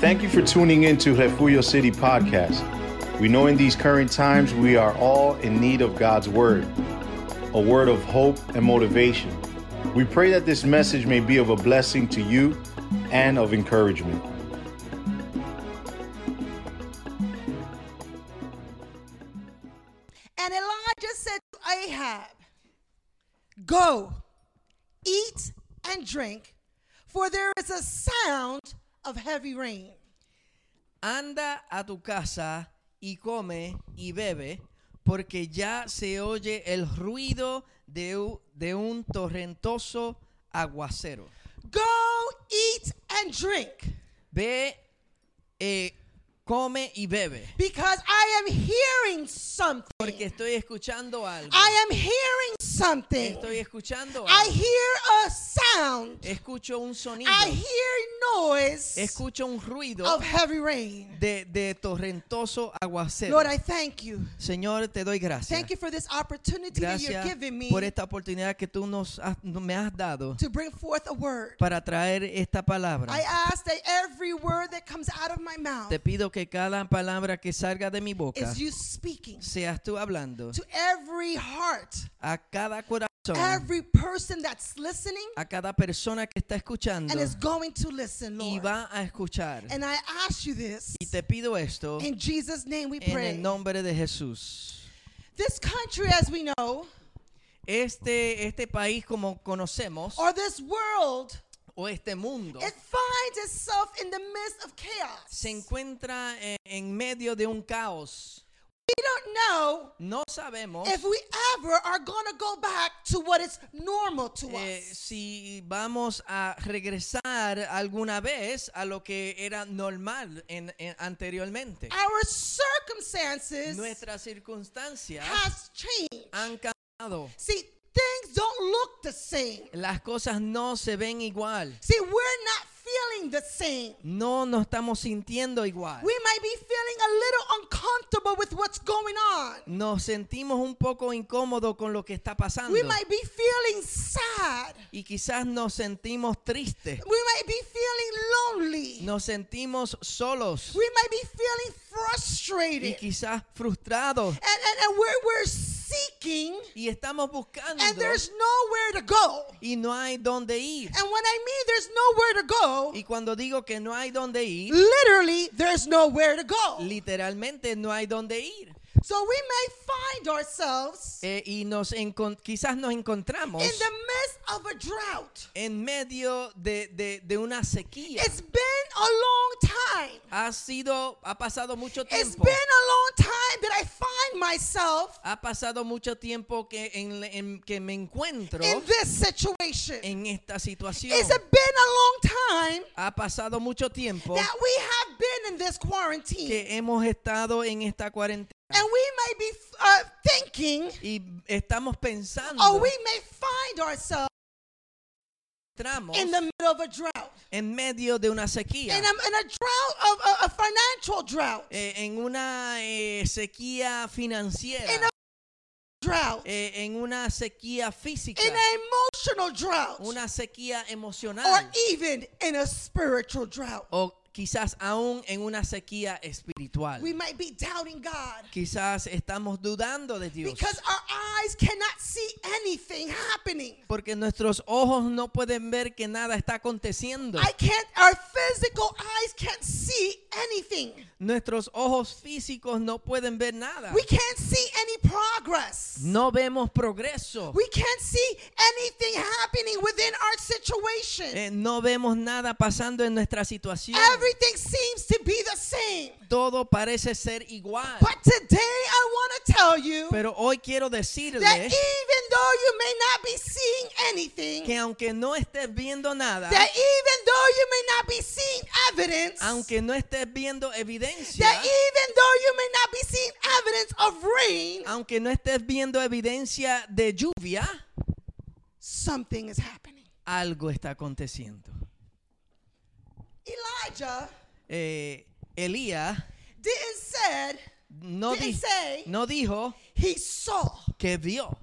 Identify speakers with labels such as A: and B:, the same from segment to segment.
A: Thank you for tuning in to Refugio City Podcast. We know in these current times we are all in need of God's word, a word of hope and motivation. We pray that this message may be of a blessing to you and of encouragement.
B: And Elijah said to Ahab, Go, eat and drink, for there is a sound of heavy rain.
C: Anda a tu casa y come y bebe, porque ya se oye el ruido de, u- de un torrentoso aguacero.
B: Go, eat and drink,
C: Ve, eh, come y bebe,
B: because I am hearing something.
C: porque estoy escuchando algo.
B: I am hearing something.
C: Estoy escuchando
B: I
C: algo.
B: hear a sound.
C: Escucho un sonido.
B: I hear noise
C: Escucho un ruido
B: of heavy rain.
C: de, de torrentoso aguacero.
B: Lord, I thank you.
C: Señor, te doy gracias.
B: Thank you for this opportunity that you're
C: Gracias
B: giving me
C: por esta oportunidad que tú nos has- me has dado.
B: to bring forth a word.
C: para traer esta palabra.
B: I ask that every word that comes out of my mouth
C: Te pido que cada palabra que salga de mi boca
B: is you speaking
C: seas tú hablando
B: to every heart,
C: a cada corazón,
B: every person that's listening
C: a cada persona que está escuchando
B: and is going to listen,
C: y
B: Lord.
C: va a escuchar.
B: And I ask you this
C: Y te pido esto
B: in Jesus' name we
C: en el
B: pray.
C: nombre de Jesús.
B: This country, as we know,
C: Este, este país como conocemos,
B: or this world,
C: o este mundo,
B: it finds itself in the midst of chaos.
C: se encuentra en, en medio de un caos.
B: We don't know
C: No sabemos
B: if we ever are going to go back to what is normal to
C: eh,
B: us.
C: si vamos a regresar alguna vez a lo que era normal en- en- anteriormente.
B: Our circumstances
C: Nuestras circunstancias
B: has changed.
C: han cambiado.
B: See, things don't look the same.
C: Las cosas no se ven igual.
B: See, we're not feeling the same.
C: No nos estamos sintiendo igual.
B: We might be feeling a little uncomfortable with what's going on.
C: Nos sentimos un poco incómodos con lo que está pasando.
B: We might be feeling sad.
C: Y quizás nos sentimos tristes.
B: We might be feeling lonely.
C: Nos sentimos solos.
B: We might be feeling
C: Y
B: frustrated. And,
C: quizás frustrados.
B: and, and we're, we're seeking,
C: Y estamos buscando.
B: and there's nowhere to go.
C: Y no hay dónde ir.
B: And when I mean there's nowhere to go,
C: Y cuando digo que no hay dónde ir,
B: literally, there's nowhere to go.
C: literalmente no hay dónde ir.
B: So we may find ourselves
C: Eh, y nos encon- quizás nos encontramos
B: in the midst of a drought.
C: en medio de, de- de una sequía.
B: It's been a long time.
C: Ha sido, ha pasado mucho
B: It's
C: tiempo.
B: been a long time that I find myself
C: Ha pasado mucho tiempo que, en, en que me encuentro
B: in this situation.
C: en esta situación.
B: It's been a long time
C: Ha pasado mucho tiempo
B: that we have been in this quarantine.
C: que hemos estado en esta cuarentena
B: And we may be uh, thinking,
C: y estamos pensando,
B: or we may find ourselves
C: entramos
B: in the middle of a drought.
C: en medio de una
B: In a,
C: sequía,
B: in a drought of a, a financial drought.
C: eh, en una eh, sequía financiera,
B: In a drought.
C: eh, en una sequía física,
B: In an emotional drought.
C: una sequía emocional.
B: or even in a spiritual drought.
C: o quizás aún en una sequía espiritual.
B: We might be doubting God
C: Quizás estamos dudando de Dios
B: because our eyes cannot see anything happening.
C: porque nuestros ojos no pueden ver que nada está aconteciendo.
B: I can't, our physical eyes can't see anything.
C: Nuestros ojos físicos no pueden ver nada.
B: We can't see any progress.
C: No vemos progreso.
B: We can't see anything happening within our situation.
C: Eh, no vemos nada pasando en nuestra situación.
B: Everything seems to be the same.
C: Todo parece ser igual.
B: But today I want to tell you
C: Pero hoy quiero
B: that
C: decirles
B: even though you may not be seeing anything,
C: que aunque no estés viendo nada,
B: that even though you may not be seeing evidence,
C: aunque no estés viendo evidencia,
B: that even though you may not be seeing evidence of rain,
C: aunque no estés viendo evidencia de lluvia,
B: something is happening.
C: algo está aconteciendo.
B: Elijah
C: Eh, Elías
B: didn't said
C: no, di-
B: Didn't say.
C: no dijo
B: he saw.
C: que vio.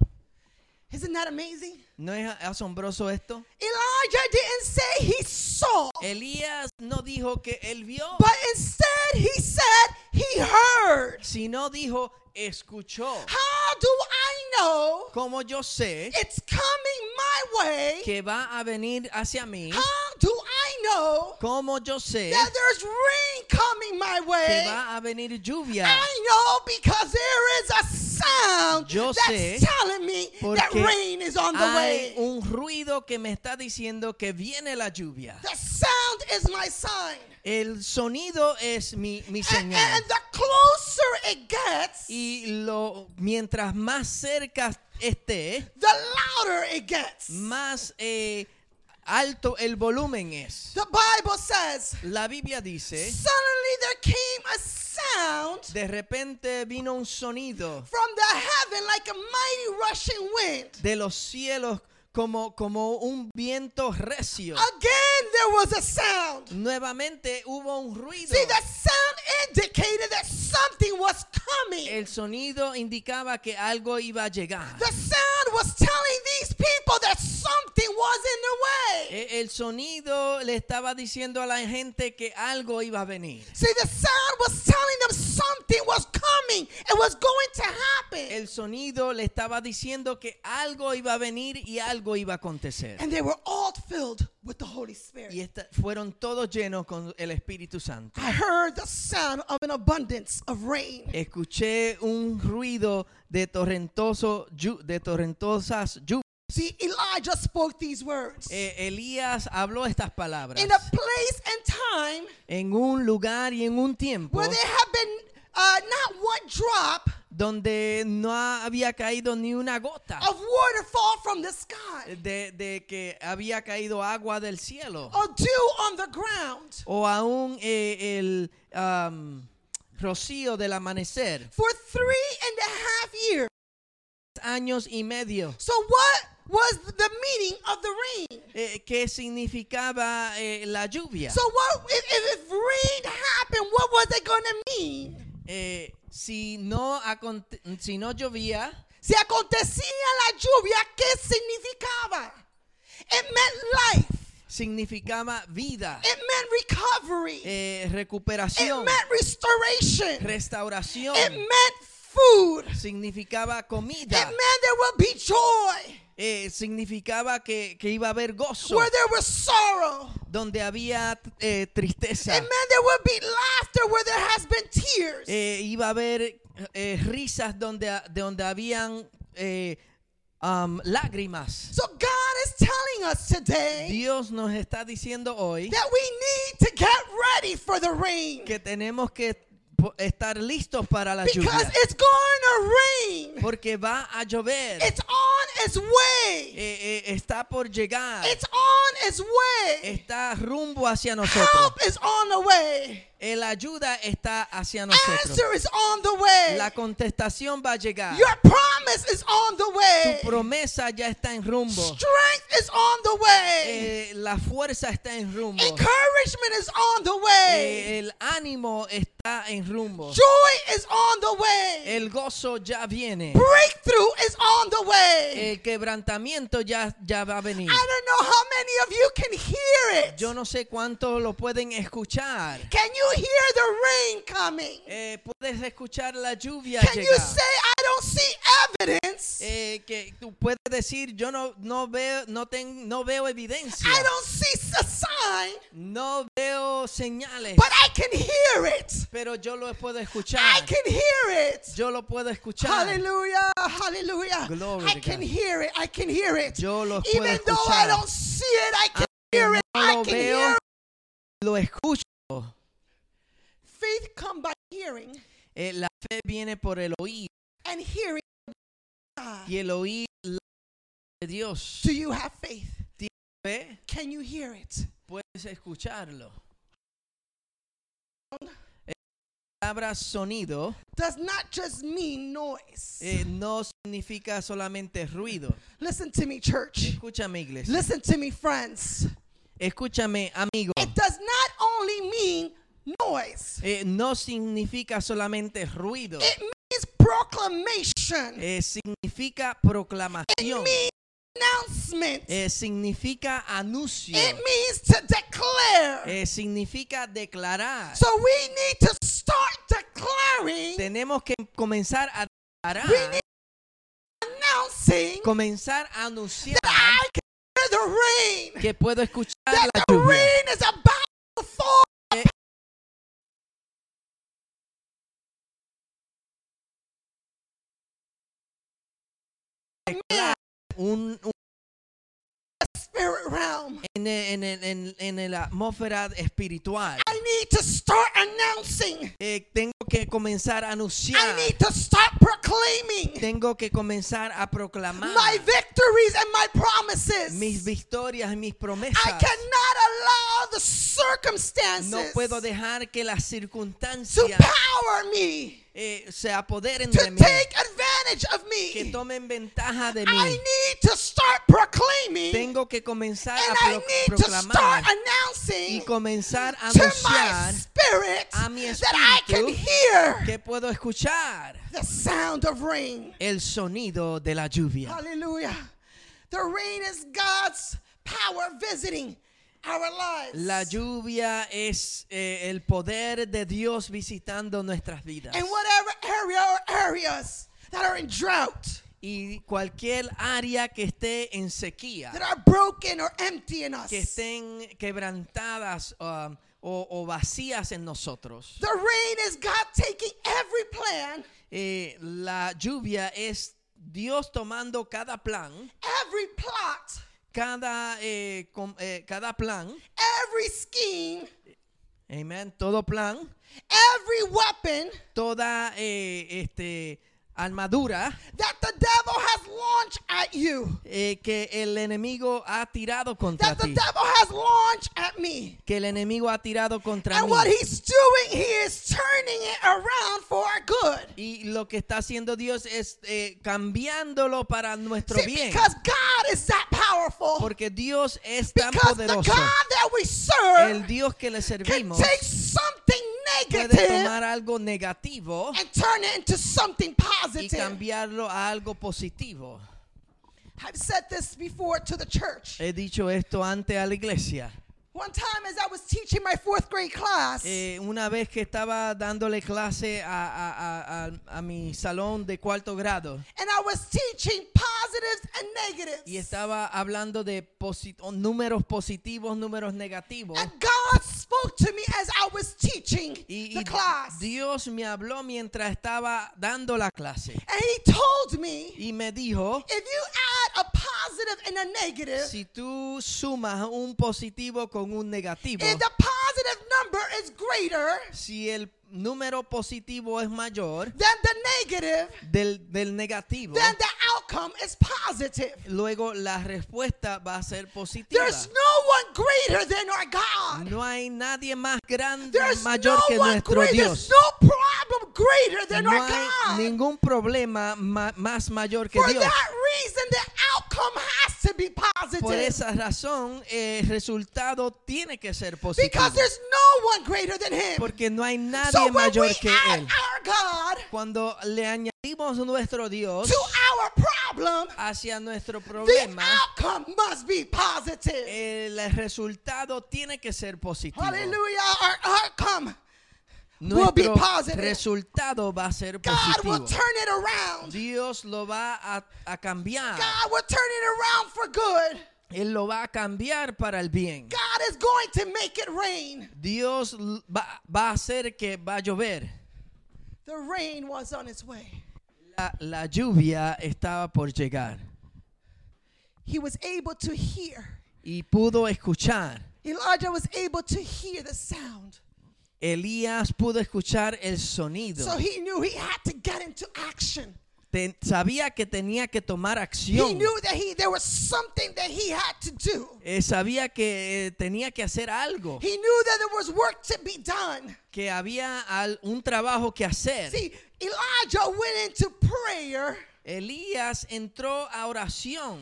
B: Isn't that amazing?
C: ¿No es asombroso esto?
B: Elijah didn't say he saw,
C: Elías no dijo que él vio,
B: but instead he said he heard.
C: sino dijo escuchó.
B: How do I know
C: Como yo sé
B: it's coming my way?
C: que va a venir hacia mí,
B: How do I know
C: como yo sé
B: that there's rain coming my
C: que
B: way?
C: va a venir lluvia,
B: I know because there is a sound
C: Yo sé
B: that's telling me that
C: porque
B: rain is on the
C: hay
B: way.
C: un ruido que me está diciendo que viene la lluvia.
B: The sound is my sign.
C: El sonido es mi, mi
B: And,
C: señal.
B: and the closer it gets,
C: Y lo, mientras más cerca esté,
B: the louder it gets.
C: más eh, alto el volumen es.
B: The Bible says,
C: La Biblia dice,
B: suddenly there came a sound
C: de repente vino un sonido
B: from the heaven like a mighty rushing wind.
C: de los cielos como, como un viento recio.
B: Again, there was a sound.
C: Nuevamente hubo un ruido.
B: See, the sound indicated that something was coming.
C: El sonido indicaba que algo iba a llegar.
B: The sound was telling these people that something was in their way.
C: E- El sonido le estaba diciendo a la gente que algo iba a venir.
B: See, the sound was telling them something was coming. It was going to happen.
C: El sonido le estaba diciendo que algo iba a venir y algo iba a acontecer.
B: And they were all filled with the Holy Spirit.
C: Y esta- fueron todos llenos con el Espíritu Santo.
B: I heard the sound of an abundance of
C: Eh.
B: rain.
C: Escuché un ruido de torrentoso, llu- de torrentosas lluvias.
B: See, Elijah spoke these words.
C: Eh, Elías habló estas palabras
B: In a place and time
C: en un lugar y en un tiempo
B: where there have been uh, not one drop
C: donde no había caído ni una gota
B: of water fall from the sky
C: de, de que había caído agua del cielo
B: or dew on the ground.
C: o aún eh, el am, rocío del amanecer.
B: for three and a half years.
C: Años y medio.
B: So, what was the meaning of the rain?
C: Eh, ¿Qué significaba eh, la lluvia?
B: So, what if, if, if rain happened? What was it going to mean?
C: Eh, si, no aconte- si no llovía,
B: Si acontecía la lluvia, ¿qué significaba? It meant life.
C: significaba vida,
B: It meant recovery.
C: eh,
B: it
C: recuperación,
B: meant restoration.
C: restauración,
B: it meant food.
C: significaba
B: It
C: comida,
B: meant there will be joy
C: eh, significaba que, que iba a haber gozo,
B: where there was sorrow.
C: donde había eh, tristeza,
B: It meant there will be laughter where there has been tears.
C: eh, iba a haber eh, risas donde, ha- de donde habían eh, am, lágrimas.
B: So God is telling us today
C: Dios nos está diciendo hoy
B: that we need to get ready for the rain
C: que tenemos que po- estar listos para la
B: because
C: lluvia,
B: it's going to rain.
C: porque va a llover.
B: It's on its way.
C: Eh, eh, está por llegar.
B: It's on its way.
C: Está rumbo hacia nosotros.
B: Help is on the way.
C: El ayuda está hacia nosotros.
B: Answer is on the way.
C: La contestación va a llegar.
B: Your promise is on the way.
C: Tu promesa ya está en rumbo.
B: Strength is on the way.
C: Eh, la fuerza está en rumbo.
B: Encouragement is on the way.
C: Eh, el ánimo está en rumbo.
B: Joy is on the way.
C: El gozo ya viene.
B: Breakthrough is on the way.
C: El quebrantamiento ya, ya va a
B: I
C: venir.
B: don't know how many of you can hear it.
C: Yo no sé cuántos lo pueden escuchar.
B: Can you hear the rain coming?
C: Eh, puedes escuchar la lluvia
B: Can you
C: llegar.
B: say, I don't see evidence?
C: Eh, que tú puedes decir yo no no veo no ten- no veo evidencia
B: I don't see a sign,
C: no veo señales
B: but I can hear it.
C: pero yo lo puedo
B: I
C: escuchar
B: can hear it.
C: yo lo puedo escuchar
B: Hallelujah, hallelujah.
C: Glory
B: I
C: to
B: can
C: God.
B: hear it. I can hear it.
C: Yo lo puedo
B: Even though I
C: escuchar. Ah,
B: don't see it, I can hear it.
C: no
B: I
C: lo
B: can
C: veo
B: hear it.
C: lo escucho
B: Faith come by hearing,
C: Eh, la fe viene por el oír
B: and hearing God.
C: y el oír la de Dios
B: Do you have faith?
C: Fe,
B: Can you hear it?
C: puedes escucharlo Eh, la palabra sonido
B: Does not just mean noise.
C: eh, no significa solamente ruido
B: Listen to me,
C: Eh.
B: church.
C: escúchame iglesia
B: Listen to me, friends.
C: escúchame amigo
B: It does not only mean noise,
C: Eh, no significa solamente ruido,
B: it means proclamation,
C: Eh, significa proclamación.
B: announcement.
C: Eh, significa anuncio.
B: It means to declare.
C: Eh, significa declarar.
B: So we need to start declaring,
C: Tenemos que comenzar a
B: We
C: declarar,
B: need- announcing
C: comenzar a anunciar
B: that I can hear the rain,
C: que puedo escuchar
B: that
C: la
B: the
C: lluvia.
B: rain is about to fall.
C: Declarar un- un-
B: Spirit realm.
C: en, en, en- en- en la atmósfera espiritual.
B: I need to start announcing.
C: Eh, tengo que comenzar a anunciar.
B: I need to start proclaiming
C: Tengo que comenzar a proclamar
B: my victories and my
C: mis
B: promises.
C: victorias y mis
B: I
C: promesas.
B: cannot allow the
C: No
B: circumstances
C: puedo dejar que las
B: to
C: circunstancias
B: power me,
C: eh, se apoderen
B: to
C: de mí,
B: take advantage of
C: que
B: me.
C: tomen ventaja de
B: I
C: mí.
B: need to start proclaiming
C: Tengo que comenzar
B: and
C: a
B: I
C: pro-
B: need to
C: proclamar
B: start
C: y
B: announcing
C: comenzar a
B: to my
C: anunciar
B: spirit
C: a mi
B: that I can
C: espíritu
B: hear
C: que puedo escuchar
B: the sound of rain.
C: el sonido de la lluvia.
B: Hallelujah. The rain is God's power visiting our lives.
C: La lluvia es eh, el poder de Dios visitando nuestras vidas.
B: In whatever area or areas that are in drought,
C: Y cualquier área que esté en sequía,
B: that are broken or empty in us.
C: que estén quebrantadas um, o, o vacías en nosotros.
B: The rain is God taking every plan,
C: Eh, la lluvia es Dios tomando cada plan,
B: every plot,
C: cada, eh, com- eh, cada plan,
B: every scheme,
C: amen, todo plan,
B: every weapon
C: toda eh, este, armadura
B: that the devil has launched at you,
C: eh, que el enemigo ha tirado contra
B: that the
C: ti.
B: devil has launched at me.
C: Que el enemigo ha tirado contra
B: And
C: mí.
B: what he's doing, he is turning it around for our good.
C: Y lo que está haciendo Dios es eh, cambiándolo para nuestro
B: See,
C: bien.
B: because God is that powerful.
C: Porque Dios es tan
B: Because the God
C: poderoso.
B: that we
C: El
B: serve
C: Dios que le
B: can
C: servimos
B: take something
C: puede
B: negative
C: tomar algo negativo
B: and turn it into something
C: y
B: positive.
C: cambiarlo a algo positivo.
B: I've said this before to the church.
C: He dicho esto antes a la iglesia.
B: One time, as I was teaching my fourth grade class,
C: Eh, una vez que estaba dándole clase a, a- a- a- a mi salón de cuarto grado
B: and I was teaching positives and negatives.
C: y estaba hablando de posi- o números positivos, números negativos.
B: And God spoke to me as I was teaching
C: Y,
B: the
C: y
B: class.
C: Dios me habló mientras estaba dando la clase
B: and He told me
C: y me dijo,
B: if you add a positive and a negative,
C: si tú sumas un positivo con un negativo,
B: if the positive number is greater
C: si el número positivo es mayor
B: than the negative,
C: del, del negativo,
B: then the outcome is positive.
C: luego la respuesta va a ser positiva.
B: There's no one greater than our God.
C: No hay nadie más grande,
B: There's
C: mayor
B: no
C: que
B: one
C: nuestro
B: greater. There's
C: Dios.
B: no problem greater than
C: No
B: our
C: hay
B: God.
C: ningún problema ma- más mayor que
B: For
C: Dios.
B: that reason, the outcome has to be
C: Por
B: positive.
C: esa razón, el resultado tiene que ser positivo.
B: Because there's no one greater than Him.
C: Porque no hay
B: So
C: nadie
B: when we
C: mayor que
B: add
C: Él.
B: our God
C: Cuando le añadimos nuestro Dios
B: to our problem,
C: hacia nuestro
B: the
C: problema,
B: outcome must be positive.
C: el resultado tiene que ser positivo.
B: Hallelujah. Our outcome. will be
C: Nuestro
B: positive.
C: resultado va a ser
B: God will
C: positivo.
B: turn it around.
C: Dios lo va a, a cambiar.
B: God will turn it around for good.
C: Él lo va a cambiar para el bien.
B: God is going to make it rain.
C: Dios l- va, va a hacer que va a llover.
B: The rain was on its way.
C: La, la lluvia estaba por llegar
B: He was able to hear.
C: y pudo escuchar.
B: Elijah was able to hear the sound.
C: Elías pudo escuchar el sonido.
B: So he knew he had to get into action.
C: Ten- sabía que tenía que tomar
B: He
C: acción.
B: knew that he there was something that he had to do.
C: Eh, sabía que eh, tenía que hacer algo,
B: He knew that there was work to be done.
C: que había al- un trabajo que hacer.
B: See, Elijah went into prayer
C: Elías entró a oración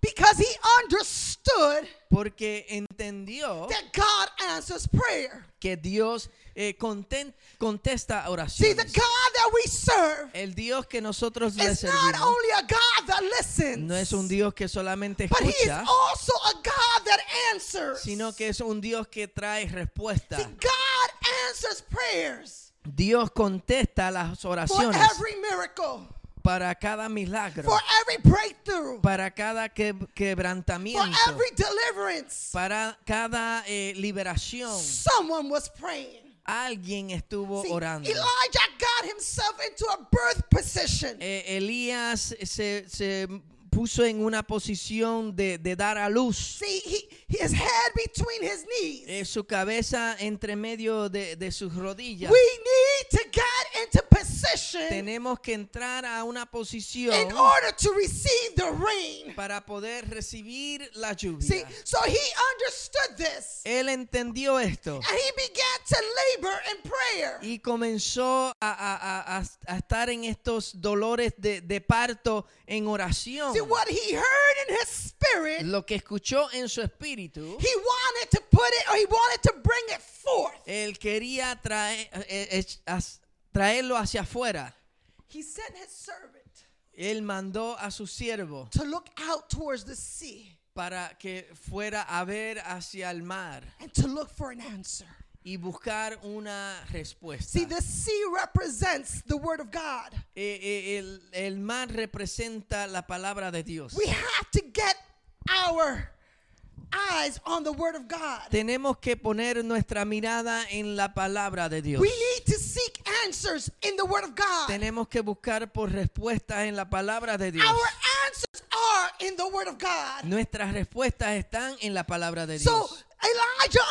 B: because he understood
C: porque entendió
B: that God answers prayer.
C: que Dios eh, conten- contesta
B: See, the God
C: oraciones.
B: that we serve
C: El Dios que nosotros le
B: is not
C: servimos
B: only a God that
C: no es
B: listens,
C: un Dios que solamente
B: but he is
C: escucha,
B: also a God that answers.
C: sino que es un Dios que trae respuesta.
B: See, God answers prayers
C: Dios contesta las
B: for
C: oraciones
B: every miracle,
C: para cada milagro,
B: for every breakthrough,
C: para cada que-
B: for
C: quebrantamiento,
B: every deliverance.
C: para cada eh, liberación.
B: Someone was praying.
C: Alguien estuvo
B: See,
C: orando.
B: Elijah got himself into a birth position.
C: Eh, Elías se, se puso en una posición de, de dar a luz.
B: See, he, his head between his knees.
C: Eh, su cabeza entre medio de, de sus rodillas.
B: We need to get into position
C: Tenemos que entrar a una posición
B: in order to receive the rain.
C: para poder recibir la
B: See,
C: lluvia.
B: so he understood this
C: Él entendió esto
B: and he began to labor in prayer.
C: Eh. y comenzó a, a- a- a- a estar en estos dolores de, de parto en oración.
B: See, what he heard in his spirit,
C: Lo que escuchó en su espíritu,
B: he wanted to put it or he wanted to bring it forth.
C: él quería traer, eh, eh, as- traerlo hacia afuera.
B: He sent his servant
C: Él mandó a su siervo
B: to look out towards the sea
C: para que fuera a ver hacia el mar
B: and to look for an answer.
C: y buscar una respuesta.
B: See, the sea represents the word of God.
C: Eh, eh, el, el mar representa la palabra de Dios.
B: We have to get our eyes on the word of God.
C: Tenemos que poner nuestra mirada en la palabra de Dios.
B: We need to seek answers in the word of God.
C: Tenemos que buscar por respuestas en la palabra de Dios.
B: Our answers are in the word of God.
C: Nuestras respuestas están en la palabra de
B: So
C: Dios.
B: Elijah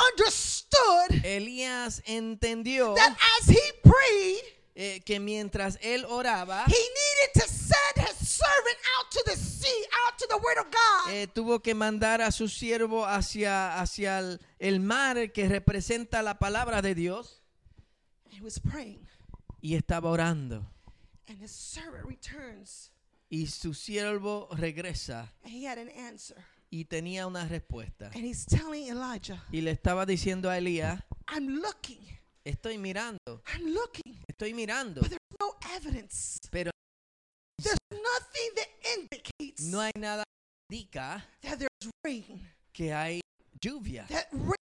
B: understood
C: Elías entendió
B: that as he prayed,
C: eh, que mientras él oraba,
B: he needed to send his servant out to the sea, out to the word of God.
C: eh, tuvo que mandar a su siervo hacia, hacia el, el mar que representa la palabra de Dios
B: He was praying,
C: y estaba orando.
B: and his servant returns,
C: Y su siervo regresa
B: and he had an answer.
C: y tenía una respuesta.
B: And he's telling Elijah,
C: Y le estaba diciendo a Elías,
B: I'm looking,
C: estoy mirando,
B: I'm looking,
C: estoy mirando,
B: but there's no evidence.
C: pero
B: There's nothing that indicates
C: no e-" hay nada que indica
B: that there's rain,
C: que hay lluvia,
B: that rain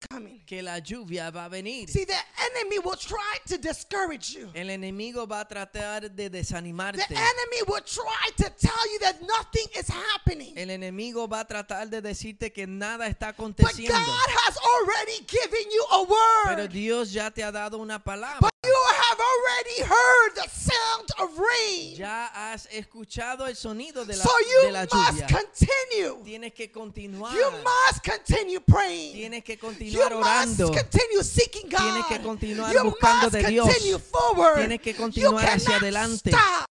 B: is coming.
C: que la lluvia va a venir.
B: See, the enemy will try to discourage you.
C: El enemigo va a tratar
B: The
C: de desanimarte.
B: enemy will try to tell you that nothing is happening.
C: El enemigo va a tratar de decirte que nada está
B: But God
C: aconteciendo.
B: has already given you a
C: Pero
B: word.
C: Dios ya te ha dado una palabra.
B: But you have already heard the sound of rain.
C: Ya has escuchado el sonido de la,
B: So
C: de
B: you
C: la
B: must
C: lluvia.
B: continue.
C: Tienes que continuar.
B: You must continue praying.
C: Tienes que
B: You
C: continuar
B: must
C: orando.
B: continue seeking God.
C: Tienes que continuar
B: you
C: buscando
B: must
C: de Dios.
B: continue forward.
C: Tienes que
B: You
C: continuar hacia
B: cannot
C: adelante.
B: Stop.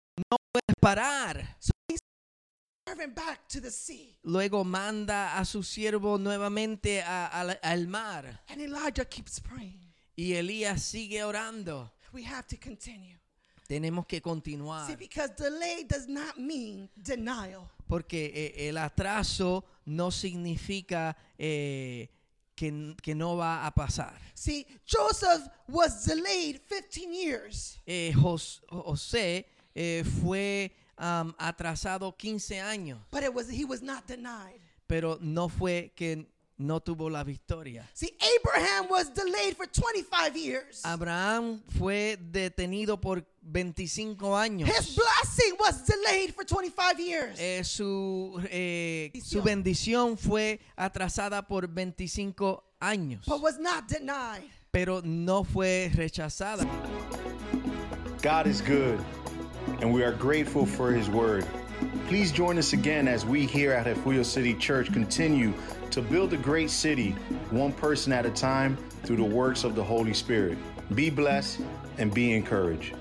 C: Parar.
B: Turn back to the sea.
C: Luego manda a su siervo nuevamente a- a la- al mar.
B: And Elijah keeps praying.
C: Y Elías sigue orando.
B: We have to continue.
C: Tenemos que
B: See,
C: continuar.
B: because delay does not mean denial.
C: Porque eh, el atraso no significa eh, que, n- que no va a pasar.
B: See, Joseph was delayed 15 years.
C: Eh, Jos- José eh, fue am, atrasado 15 años,
B: But it was he was not denied.
C: pero no fue que no tuvo la victoria.
B: See, Abraham was delayed for 25 years.
C: Abraham fue detenido por 25 años.
B: His blessing was delayed for 25 years.
C: Eh, su, eh, su
B: Bendición.
C: bendición fue atrasada por 25 años,
B: But was not denied.
C: pero no fue rechazada.
A: God is good, and we are grateful for His word. Please join us again as we here at Refugio City Church continue to build a great city, one person at a time, through the works of the Holy Spirit. Be blessed and be encouraged.